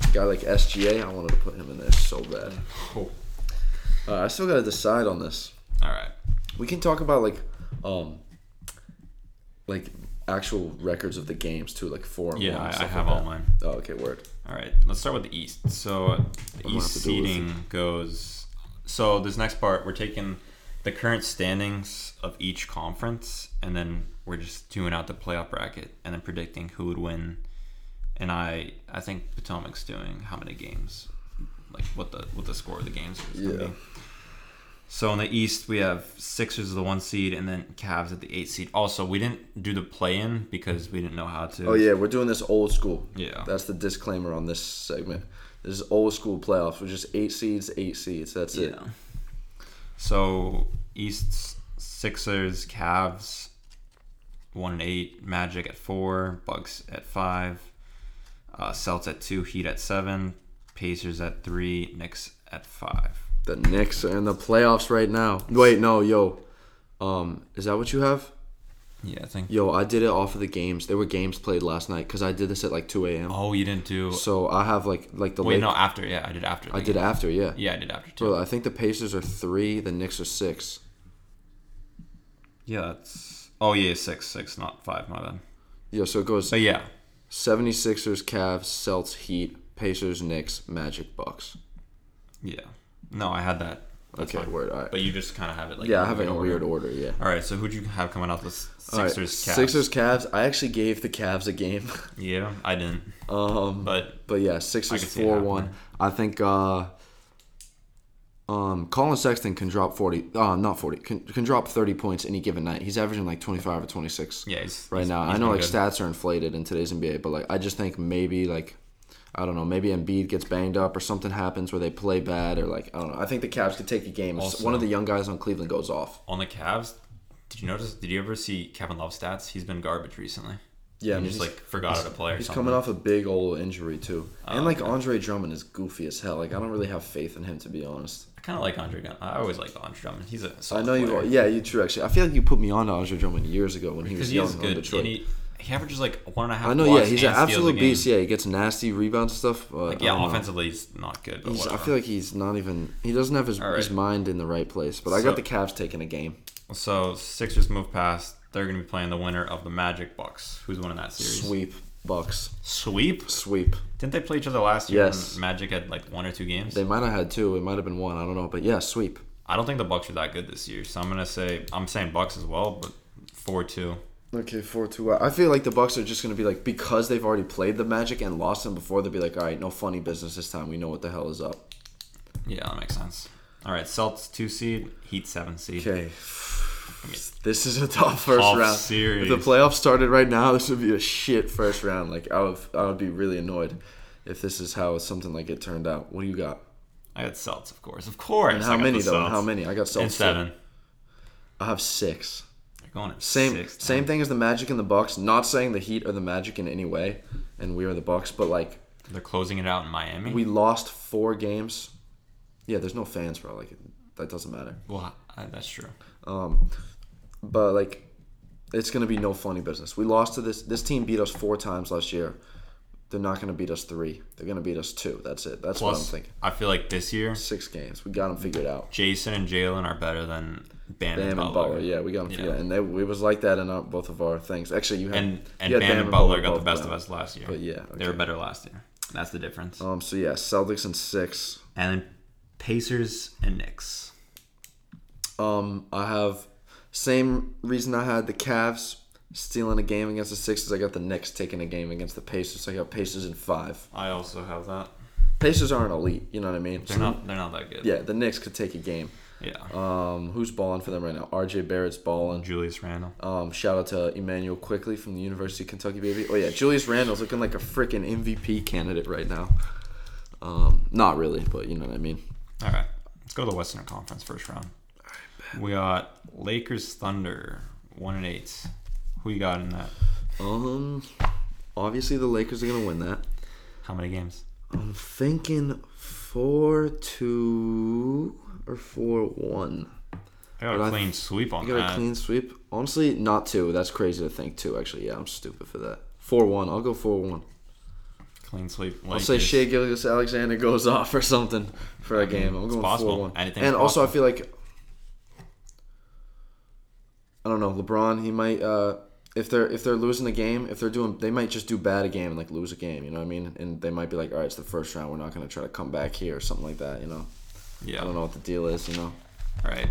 a guy like SGA, I wanted to put him in there so bad. Oh. Uh, I still gotta decide on this. All right. We can talk about like, um, like actual records of the games too, like four. And Yeah, one and I, I stuff have like all that. mine. Oh, okay, word. All right. Let's start with the East. So the gonna have to East do with seeding goes. So this next part, we're taking the current standings of each conference, and then we're just doing out the playoff bracket, and then predicting who would win. And I, I think Potomac's doing how many games, like what the what the score of the games is gonna Yeah. be. So in the East, we have Sixers at the one seed, and then Cavs at the eight seed. Also, we didn't do the play in because we didn't know how to. Oh yeah, we're doing this old school. Yeah. That's the disclaimer on this segment. This is old school playoffs. We're just eight seeds, eight seeds. That's it. Yeah. So East Sixers, Cavs, one and eight, Magic at four, Bucks at five, uh, Celts at two, Heat at seven, Pacers at three, Knicks at five. The Knicks are in the playoffs right now. Wait, no, yo. Um, is that what you have? Yeah, I think. Yo, I did it off of the games. There were games played last night because I did this at like 2 a.m. Oh, you didn't do. So I have like like the wait, Lake- no, after. Yeah, I did after. I did after, yeah. Yeah, I did after too. Bro, I think the Pacers are three, the Knicks are six. yeah, that's. Oh yeah, six, six, not five. My bad. Yeah, so it goes So yeah, 76ers, Cavs, Celts, Heat, Pacers, Knicks, Magic, Bucks. yeah. No, I had that. That's Okay, fine. word. All right. But you just kind of have it like. yeah, I in have it in order. weird order, yeah. All right, so who'd you have coming out the s- All right, Sixers? Cavs? Sixers, Cavs. I actually gave the Cavs a game. [laughs] Yeah, I didn't. um, But But yeah, Sixers I can see it four one. happening. I think uh um Colin Sexton can drop forty uh not forty can, can drop thirty points any given night. He's averaging like twenty five or twenty six yeah, he's, right he's- now. he's I know been like good. stats are inflated in today's NBA, but like I just think maybe like I don't know, maybe Embiid gets banged up or something happens where they play bad or like I don't know. I think the Cavs could take a game. if Also- One of the young guys on Cleveland goes off. on the Cavs. Did you notice? Did you ever see Kevin Love stats? He's been garbage recently. Yeah, I you mean, just he's- like forgot it a play or He's something. coming off a big old injury too, Oh, and like Andre Drummond is goofy as hell. Like I don't really have faith in him to be honest. I kind of like Andre. Gun- I always liked Andre Drummond. He's a I solid know you. player. Are, yeah, you true actually. I feel like you put me on to Andre Drummond years ago when he because was he young is on good. Detroit. And he, he averages like one and a half. I know. Yeah, blocks he's an and steals a absolute game. beast. Yeah, he gets nasty rebounds and stuff. But Like I yeah, don't know. offensively he's not good. But He's, I whatever. feel like he's not even. He doesn't have his, Oh, All right. his mind in the right place. But I So- got the Cavs taking a game. So Sixers move past. They're going to be playing the winner of the Magic Bucks. Who's winning that series? Sweep Bucks. Sweep. Sweep. Didn't they play each other last year? Yes. when Magic had like one or two games. They might have had two. It might have been one. I don't know. But yeah, sweep. I don't think the Bucks are that good this year, so I'm gonna say I'm saying Bucks as well, but four two. Okay, four two. I feel like the Bucks are just gonna be like because they've already played the Magic and lost them before. They'll be like, all right, no funny business this time. We know what the hell is up. Yeah, that makes sense. All right, Celtics two seed, Heat seven seed. [sighs] Okay. This is a tough first Tough round. series. If the playoffs started right now, this would be a shit first round. Like I would, I would be really annoyed if this is how something like it turned out. What do you got? I got Celtics, of course, of course. And I how got many the though? Celts. And how many? I got Celtics. And seven. I have six. They're going at Same six, same thing as the Magic and the Bucks. Not saying the Heat are the Magic in any way, and we are the Bucks, but like They're closing it out in Miami. we lost four games. Yeah, there's no fans, bro. Like that doesn't matter. well, I, that's true. Um, but like, it's gonna be no funny business. We lost to this. This team beat us four times last year. They're not gonna beat us three. They're gonna beat us two. That's it. That's what I'm Plus, thinking. I feel like this year Six games. We got them figured out. Jason and Jalen are better than Bam, Bam and Butler. Yeah, we got them figured Yeah. out. And they, we was like that in our, both of our things. Actually, you had And and you had Bam, and Butler got the both best of down. us last year. But yeah, They were okay. better last year. That's the difference. Um. So yeah, Celtics and six. And then Pacers and Knicks. Um, I have same reason I had the Cavs stealing a game against the Sixers. I got the Knicks taking a game against the Pacers. I got Pacers in five. I also have that. Pacers aren't elite, you know what I mean? They're not. They're not that good. Yeah, the Knicks could take a game. Yeah. Um, who's balling for them right now? R.J. Barrett's balling. Julius Randle. Um, shout out to Emmanuel Quickly from the University of Kentucky, baby. Oh yeah, Julius Randle's looking like a freaking MVP candidate right now. Um, not really, but you know what I mean. All right. Let's go to the Western Conference first round. We got Lakers Thunder one and eight. Who you got in that? Um, obviously the Lakers are gonna win that. How many games? I'm thinking four two or four one. I got But a I- clean sweep on You got that. a clean sweep. Honestly, not two. That's crazy to think two. Actually, yeah, I'm stupid for that. Four one. I'll go four one. Clean sweep. I'll say Shea Gilgis Alexander goes off or something for a game. I'm it's going possible. four one. And Anything's also, I feel like I don't know LeBron. He might uh, if they're if they're losing the game, if they're doing, they might just do bad a game and like lose a game. You know what I mean? And they might be like, all right, it's the first round. We're not going to try to come back here or something like that. You know? Yeah. I All don't know what the deal is. You know? right.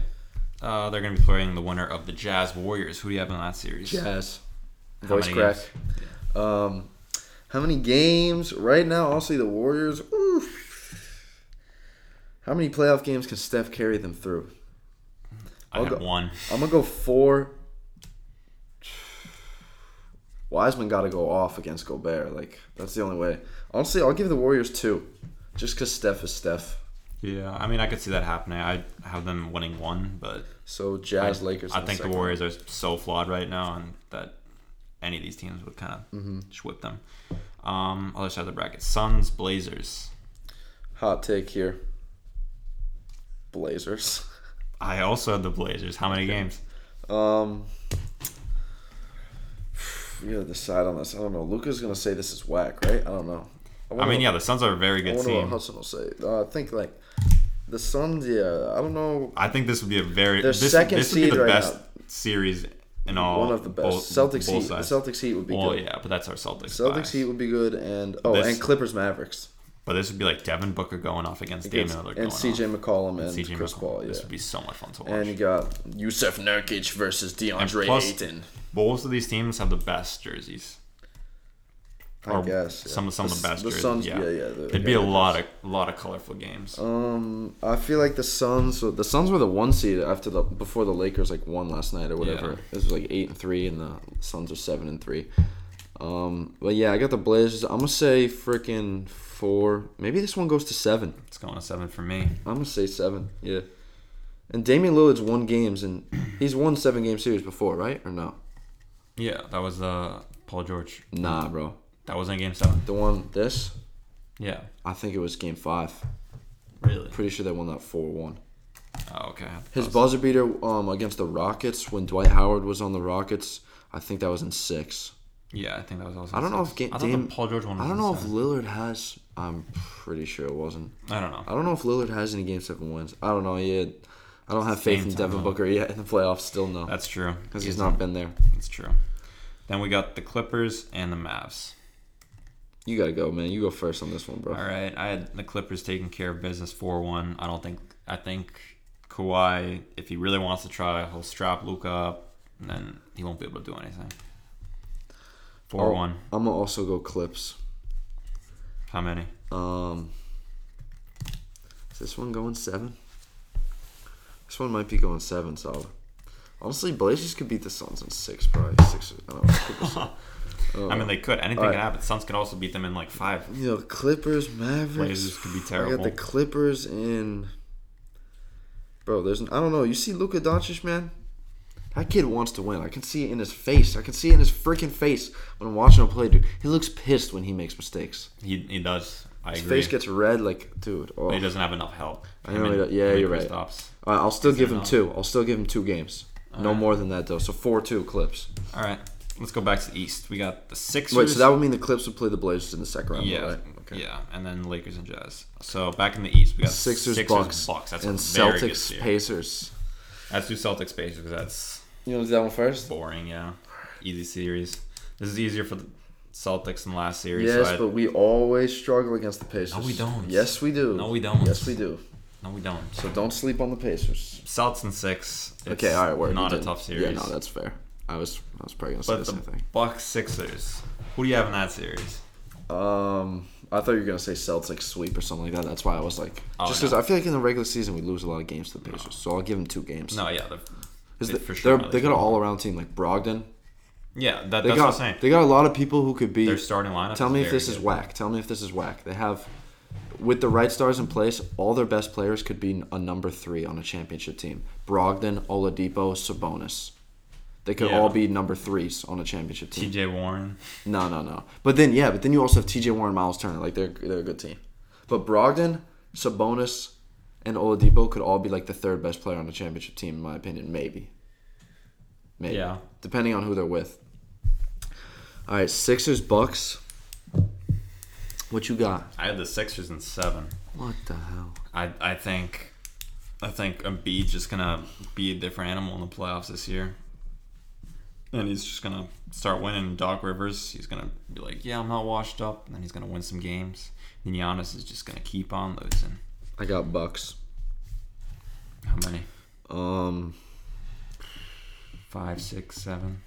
Uh, they're gonna be playing the winner of the Jazz Warriors. Who do you have in that series? Jazz How voice many crack. games? Um, how many games right now? Honestly, the Warriors. oof. How many playoff games can Steph carry them through? I I'll have go- one. I'm gonna go four. Wiseman got to go off against Gobert. Like that's the only way. Honestly, I'll give the Warriors two, just because Steph is Steph. Yeah. I mean, I could see that happening. I have them winning one, but So Jazz, Lakers. I in think the second. Warriors are so flawed right now, and that any of these teams would kind of just whip them. Um, other side of the bracket: Suns, Blazers. Hot take here. Blazers. [laughs] I also had the Blazers. How many games? Um, [sighs] we gotta decide on this. I don't know. Luca's gonna say this is whack, right? I don't know. I wonder- mean, yeah, the Suns are a very I good wonder what team. Hudson will say. Uh, I think like the Suns. Yeah, I don't know. I think this would be a very They're this, second this would be seed the right best now. series in all. One of the best. Oh, both- Celtics both Heat. The sides. Celtics Heat would be Well, good. yeah, but that's our Celtics. Celtics bias. Heat would be good, and oh, This- and Clippers Mavericks But this would be like Devin Booker going off against Damian and, Lillard going and CJ McCollum and off. CJ Chris McCollum. Paul. Yeah, This would be so much fun to watch. and you got Yusef Nurkic versus DeAndre plus- Ayton. Both of these teams have the best jerseys. I guess yeah. some some of the best. The jerseys, Suns. yeah, Yeah, yeah. It'd be a lot of a lot of colorful games. Um, I feel like the Suns. The Suns were the one seed after the before the Lakers like won last night or whatever. Yeah. It was like eight and three, and the Suns are seven and three. Um, but yeah, I got the Blazers. I'm gonna say freaking four. Maybe this one goes to seven. it's going to seven for me. I'm gonna say seven. Yeah. And Damian Lillard's won games, and he's won seven game series before, right? Or no? Yeah, that was the Paul George. Nah, bro. That was in game seven. The one this, Yeah. I think it was game five. Really? Pretty sure they won that four one. Oh, okay. His buzzer beater um against the Rockets when Dwight Howard was on the Rockets, I think that was in six. yeah, I think that was also. I don't know if six. Ga- I thought Dame- the Paul George one. Was I don't know in if seven. Lillard has. I'm pretty sure it wasn't. I don't know. I don't know if Lillard has any game seven wins. I don't know. Yeah, I don't have faith Game in time, Devin though. Uh, Booker yet in the playoffs. Still no, That's true. because he's not been there. That's true. Then we got the Clippers and the Mavs. You gotta go, man. You go first on this one, bro. All right, I had the Clippers taking care of business four one. I don't think I think Kawhi, if he really wants to try, he'll strap Luca up, and then he won't be able to do anything. Four one. I'm gonna also go Clips. How [laughs] many? Um, is this one going seven? This one might be going seven. So honestly, Blazers could beat the Suns in six, probably six. I don't know. Clippers- I mean, they could. Anything all right. can happen. Suns could also beat them in like five. you know, Clippers, Mavericks. Blazers could be I got the terrible. Clippers in. Bro, there's I don't know. You see Luka Doncic, man. That kid wants to win. I can see it in his face. I can see it in his freaking face when I'm watching him play, dude. He looks pissed when he makes mistakes. He, he does. I His agree. face gets red, like, dude. Oh. But he doesn't have enough help. I know he don't- yeah, you're right. Stops. All right, I'll still give him enough? two. I'll still give him two games. no right. more than that though. So four two clips. All right, let's go back to the East. We got the Sixers. Wait, so that would mean the Clips would play the Blazers in the second round, yeah, right? yeah, and then Lakers and Jazz. So back in the East, we got Sixers, Sixers Bucks, That's and a very good Celtics, series. Pacers. Let's do Celtics Pacers because that's You want to do that one first? boring. Yeah, easy series. This is easier for the Celtics than last series. Yes, so I- but we always struggle against the Pacers. we don't. Yes, we do. No, we don't. Yes, we do. no, we don't. So don't sleep on the Pacers. Celtics and six. It's okay, all right, we're not we a did. tough series. Yeah, no, that's fair. I was I was probably gonna say but the the same thing. Bucks Sixers. Who do you have in that series? Um, I thought you were gonna say Celtics sweep or something like that. That's why I was like, Oh, just no. because I feel like in the regular season we lose a lot of games to the Pacers. So I'll give them two games. No, yeah, the, Because They- they, for sure they're, are they got legit. an all around team like Brogdon. yeah, that, They that's what I'm got saying. they got a lot of people who could be. Their starting lineup. Tell me if very this is good. whack. Tell me if this is whack. They have, with the right stars in place, all their best players could be a number three on a championship team. Brogdon, Oladipo, Sabonis. They could Yeah. all be number threes on a championship team. T.J. Warren. No, no, no. But then yeah, but then you also have T.J. Warren, Miles Turner. Like they're they're a good team. But Brogdon, Sabonis, and Oladipo could all be like the third best player on a championship team, in my opinion. Maybe. Maybe. Yeah. Depending on who they're with. All right, Sixers, Bucks. What you got? I had the Sixers and seven. What the hell? I I think I think Embiid's just gonna be a different animal in the playoffs this year. And he's just gonna start winning Doc Rivers. He's gonna be like, Yeah, I'm not washed up and then he's gonna win some games. And Giannis is just gonna keep on losing. I got Bucks. How many? Um, Five, six, seven.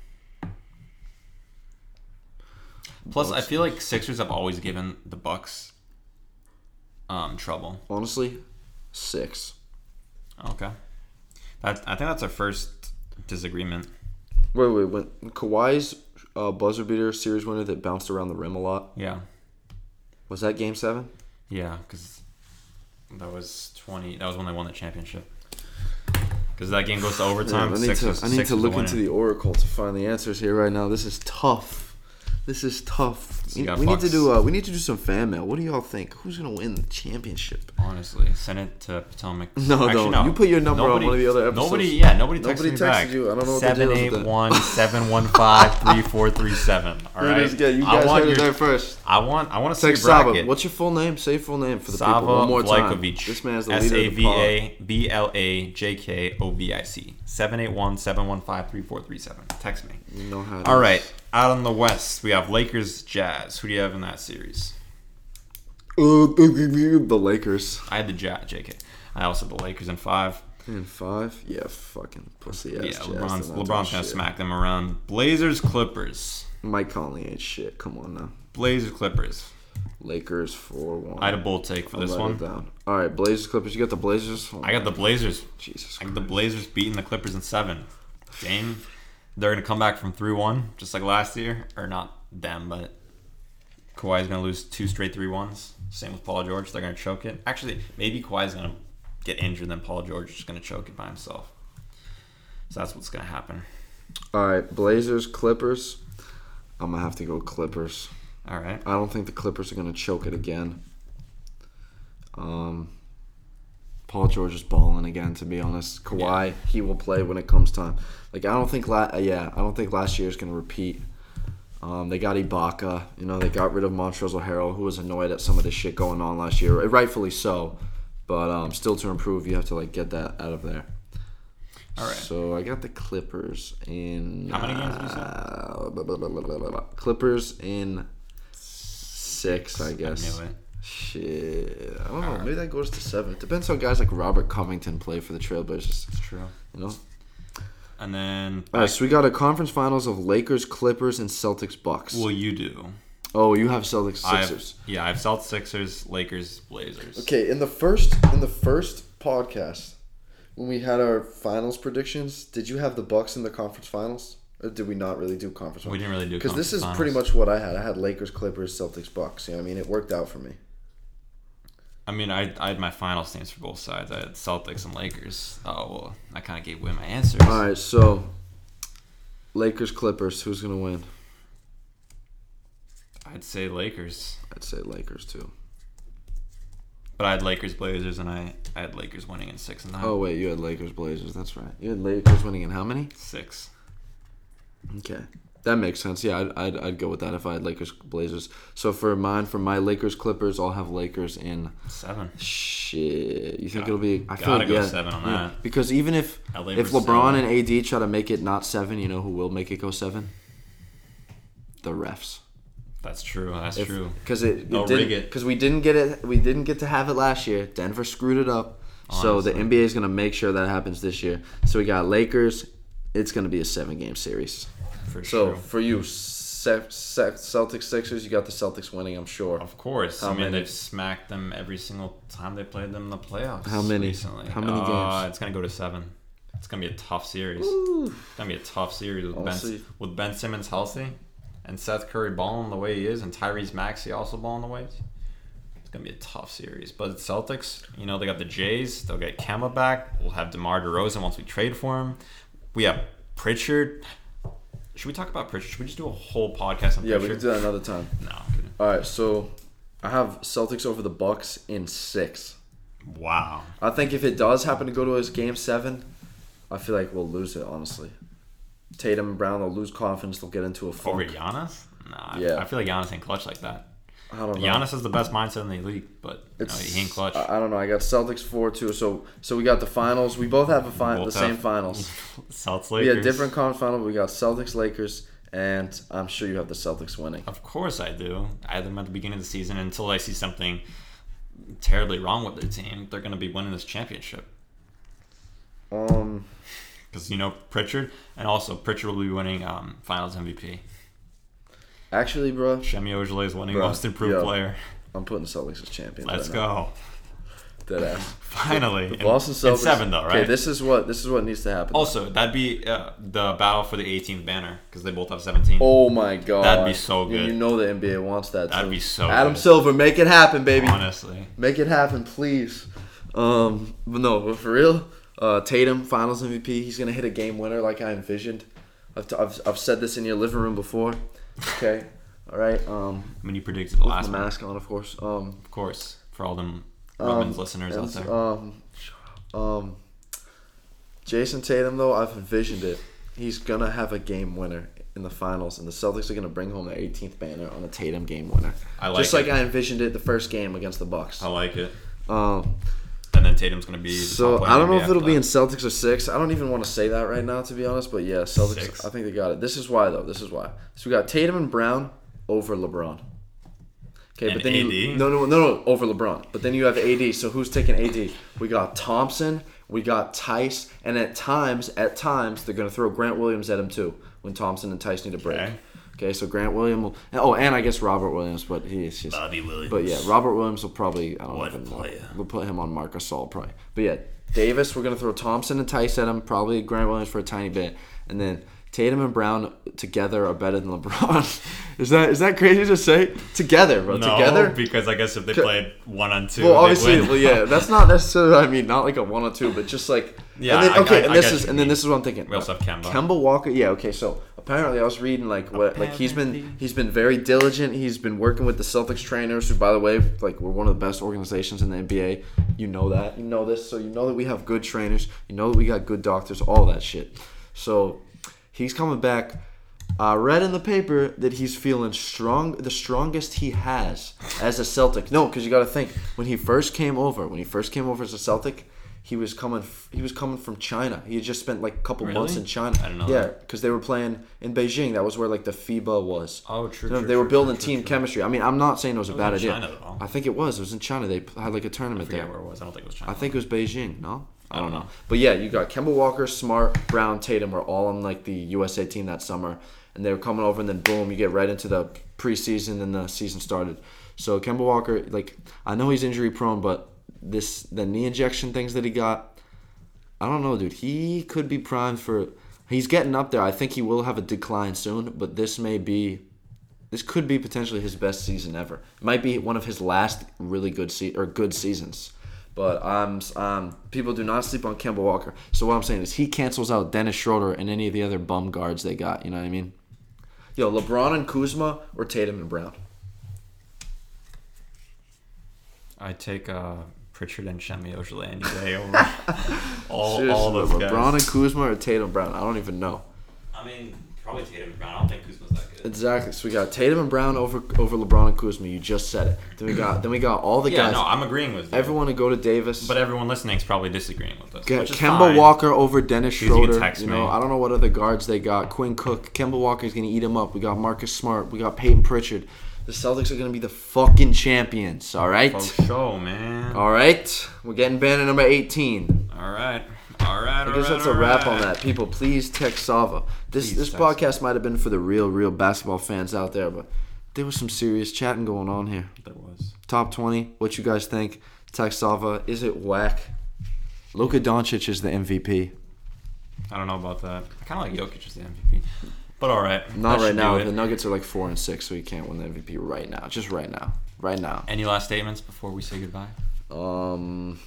Plus I feel like Sixers have always given the Bucks um trouble. honestly, six. Okay. That I think that's our first disagreement. Wait, wait, when Kawhi's uh, buzzer beater series winner that bounced around the rim a lot Yeah. was that Game Seven? Yeah, because that was twenty. That was when they won the championship. Because that game goes to overtime. Damn, I need Sixers- to, I need Sixers to look win it. into the Oracle to find the answers here right now. This is tough. This is tough. So you We, got we need to Bucks. do uh, we need to do some fan mail. What do y'all think? Who's gonna win the championship? Honestly, send it to Potomac. [laughs] No, don't. You put your number on one of the other episodes. Nobody, yeah, nobody texted Nobody me texted back. you. I don't know what the Seven deal is eight with that. [laughs] one seven one five three four three seven. All Here it right. is, yeah, you I guys want heard it your- there first. I want. I want to see Text your bracket. Sava. What's your full name? Say your full name for the Sava people one more time. Vlahovic. This man's the leader of the pod. S-A-V-A B-L-A-J-K-O-V-I-C. 781-715-3437. Text me. You know how it All is. right. Out in the West, we have Lakers, Jazz. Who do you have in that series? Uh, [laughs] the Lakers I had the Jazz, JK. I also had the Lakers in five. and five. Yeah, fucking pussy ass. Yeah, Jazz. LeBron's, They're not LeBron's doing going to shit. smack them around. Blazers, Clippers. Mike Conley ain't shit. Come on now. Blazers, Clippers. Lakers four one. I had a bold take for I'll this write it one. down. All right, Blazers Clippers. You got the Blazers. Oh, I got the Blazers. Jesus. I got Christ. the Blazers beating the Clippers in seven. Dame, they're going to come back from 3 1, just like last year. Or not them, but Kawhi's going to lose two straight 3 1s. Same with Paul George. They're going to choke it. Actually, maybe Kawhi's going to get injured, then Paul George is just going to choke it by himself. So that's what's going to happen. All right, Blazers Clippers. I'm gonna have to go Clippers. All right. I don't think the Clippers are gonna choke it again. Um, Paul George is balling again. To be honest, Kawhi he will play when it comes time. Like I don't think la- uh, yeah I don't think last year is gonna repeat. Um, they got Ibaka. You know they got rid of Montrezl Harrell, who was annoyed at some of the shit going on last year, Uh, rightfully so. But um, still to improve, you have to like get that out of there. All right. So I got the Clippers in. How many games did you say? uh, blah, blah, blah, blah, blah, blah. Clippers in six, I guess. I knew it. Shit. I don't know. Maybe that goes to seven. Depends how guys like Robert Covington play for the Trailblazers. It's true. You know. And then, All right. So we got a conference finals of Lakers, Clippers, and Celtics, Bucks. well, you do. oh, you have Celtics, I have- Sixers. yeah, I've South Sixers, Lakers, Blazers. Okay. In the first in the first podcast when we had our finals predictions, did you have the Bucks in the conference finals? Or did we not really do conference We finals? didn't really do Because this conference is finals. pretty much what I had. I had Lakers, Clippers, Celtics, Bucks. You know what I mean? It worked out for me. I mean, I, I had my final stands for both sides. I had Celtics and Lakers. Oh, well, I kind of gave away my answers. All right, so Lakers, Clippers. Who's gonna win? I'd say Lakers, I'd say Lakers too. but I had Lakers, Blazers, and I, I had Lakers winning in six and nine. Oh wait, you had Lakers, Blazers. That's right. You had Lakers winning in how many? Six. Okay, that makes sense. Yeah, I'd, I'd, I'd go with that if I had Lakers, Blazers. So for mine, for my Lakers, Clippers, I'll have Lakers in. Seven. Shit, you think it'll be? I feel Gotta like, go yeah, seven on yeah. that. Because even if LA if versus LeBron LA. and AD try to make it not seven, you know who will make it go seven? The refs. That's true. That's true. Because it, They'll it rig didn't, it. because we didn't get it, we didn't get to have it last year. Denver screwed it up, so the NBA is gonna make sure that happens this year. So we got Lakers. It's gonna be a seven game series. For So sure. for you, Se- Se- Celtics Sixers, you got the Celtics winning. I'm sure. Of course. How I mean, many? they've smacked them every single time they played them in the playoffs. How many? Recently. How many Uh, games? It's gonna go to seven. It's gonna be a tough series. It's gonna be a tough series with I'll Ben see. with Ben Simmons healthy, and Seth Curry balling the way he is, and Tyrese Maxey also balling the way. he is. It's gonna be a tough series. But Celtics, you know, they got the Jays. They'll get Kemba back. We'll have DeMar DeRozan once we trade for him. We have Pritchard. Should we talk about Pritchard? Should we just do a whole podcast on Yeah, we Pritchard? can do that another time. No. I'm kidding. All right, so I have Celtics over the Bucks in six. Wow. I think if it does happen to go to his game seven, I feel like we'll lose it. Honestly, Tatum and Brown will lose confidence. They'll get into a Over funk. Giannis? Nah, I- Yeah. I feel like Giannis ain't clutch like that. I don't know. uh, Giannis has the best mindset in the league, but you know, he ain't clutch. I, I don't know. I got Celtics four two. So so we got the finals. We both have a final, the Both same have- finals. [laughs] Celtics. We Lakers. had different conference final. but We got Celtics Lakers, and I'm sure you have the Celtics winning. Of course I do. I had them at the beginning of the season until I see something terribly wrong with their team. They're going to be winning this championship Um, because you know Pritchard, and also Pritchard will be winning um, Finals MVP. actually, bro, Shemi Ojale is winning Bruh, Most Improved yo. Player. I'm putting Celtics as champions. Let's right now. go. Dead ass. Finally, In- Boston Celtics in seven though, right? Okay, this is what this is what needs to happen. also, that'd be uh, the battle for the 18th banner because they both have 17. Oh my god. That'd be so You- You good. know the NBA wants that. That'd too. be so Adam good. Silver, make it happen, baby. Honestly. Make it happen, please. Um, but no, but for real, uh, Tatum Finals MVP. He's gonna hit a game winner like I envisioned. I've, t- I've, I've said this in your living room before. Okay, all right. Um, I mean, you predicted the with last my one, mask on, of course. Um, of course, for all them Romans listeners out and, there. um, um, Jason Tatum though, I've envisioned it. He's gonna have a game winner in the finals, and the Celtics are gonna bring home the 18th banner on a Tatum game winner. I like Just like it. Oh. I envisioned it the first game against the Bucks. I like it. Um, And then Tatum's gonna be. the top So player I don't know in if the it'll be in NBA Celtics or six. I don't even want to say that right now, to be honest. But yeah, Celtics. Six. I think they got it. This is why though. This is why. So we got Tatum and Brown over LeBron. Okay, And but then you AD? no no no no over LeBron. But then you have AD. So who's taking AD? We got Thompson. We got Tice. And at times, at times they're gonna throw Grant Williams at him too when Thompson and Tice need a break. Okay. Okay. so Grant Williams. Will, oh, and I guess Robert Williams, but he's just. Bobby Williams. But yeah, Robert Williams will probably. I don't What a even know. player. We'll put him on Marc Gasol probably. But yeah, Davis, we're gonna throw Thompson and Tice at him, probably Grant Williams for a tiny bit, and then Tatum and Brown together are better than LeBron. [laughs] is that is that crazy to say? Together, bro. no, together. because I guess if they played one on two, well, they'd obviously, win. well, yeah. That's not necessarily. what I mean, not like a one or two, but just like. [laughs] Yeah, And then, I- okay, I- and I this get is you. and then this is what I'm thinking. We also have Kemba. Kemba Walker. Yeah. Okay. So Apparently, I was reading like what like he's been he's been very diligent. He's been working with the Celtics trainers, who by the way, like we're one of the best organizations in the NBA. You know that. You know this, so you know that we have good trainers. You know that we got good doctors. All that shit. So he's coming back. I read in the paper that he's feeling strong, the strongest he has as a Celtic. No, because you got to think when he first came over, when he first came over as a Celtic, he was coming. f- He was coming from China. He had just spent like a couple Really? months in China. I didn't know Yeah, that. because they were playing in Beijing. That was where like the FIBA was. Oh, true, You know, true, they were true, building true, true, team true. chemistry. I mean, I'm not saying it was a bad in idea. China at all. I think it was. It was in China. They p- had like a tournament forget there. where it was. I don't think it was China. I think it was Beijing. No, I don't know. But yeah, you got Kemba Walker, Smart, Brown, Tatum were all on like the USA team that summer, and they were coming over, and then boom, you get right into the preseason, and the season started. So Kemba Walker, like I know he's injury prone, but this the knee injection things that he got, I don't know, dude. He could be primed for. He's getting up there. I think he will have a decline soon, but this may be. This could be potentially his best season ever. It might be one of his last really good se- or good seasons. But um, um, people do not sleep on Kemba Walker. So what I'm saying is he cancels out Dennis Schroeder and any of the other bum guards they got. You know what I mean? Yo, LeBron and Kuzma or Tatum and Brown. I take uh, Pritchard and Shemi Ojale any [laughs] day over all, all Seriously, those LeBron guys. and Kuzma or Tatum and Brown. I don't even know. I mean, probably Tatum and Brown. I don't think Kuzma's that good. Exactly. So we got Tatum and Brown over over LeBron and Kuzma. You just said it. Then we got then we got all the yeah, guys. no, I'm agreeing with you. everyone to go to Davis. but everyone listening's probably disagreeing with us. Get which is Kemba fine. Walker over Dennis He's gonna Schroeder. text you know, me. I don't know what other guards they got. Quinn Cook, Kemba Walker's gonna eat him up. We got Marcus Smart. We got Peyton Pritchard. The Celtics are gonna be the fucking champions. All right, Oh, show, man. all right. We're getting banned at number 18. All right. All right. I guess that's a wrap on that. People, please text Sava. This Please this text. podcast might have been for the real, real basketball fans out there, but there was some serious chatting going on here. There was. Top 20. What you guys think? Text Sava. Is it whack? Luka Doncic is the MVP. I don't know about that. I kind of like Jokic as the MVP. But all right. that Not right should now. do it. The Nuggets are like four and six, so you can't win the MVP right now. Just right now. Right now. Any last statements before we say goodbye? Um,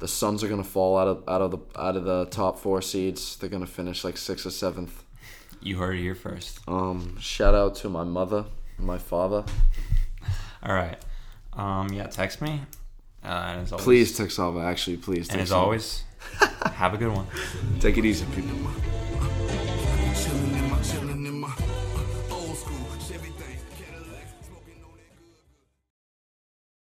the Suns are gonna fall out of out of the out of the top four seeds. They're gonna finish like sixth or seventh. You heard it here first. Um, shout out to my mother, my father. All right. Um, yeah, text me. Uh, and as always, Please, Texava. Actually, please. [laughs] And as Texava. always, have a good one. take it easy, people.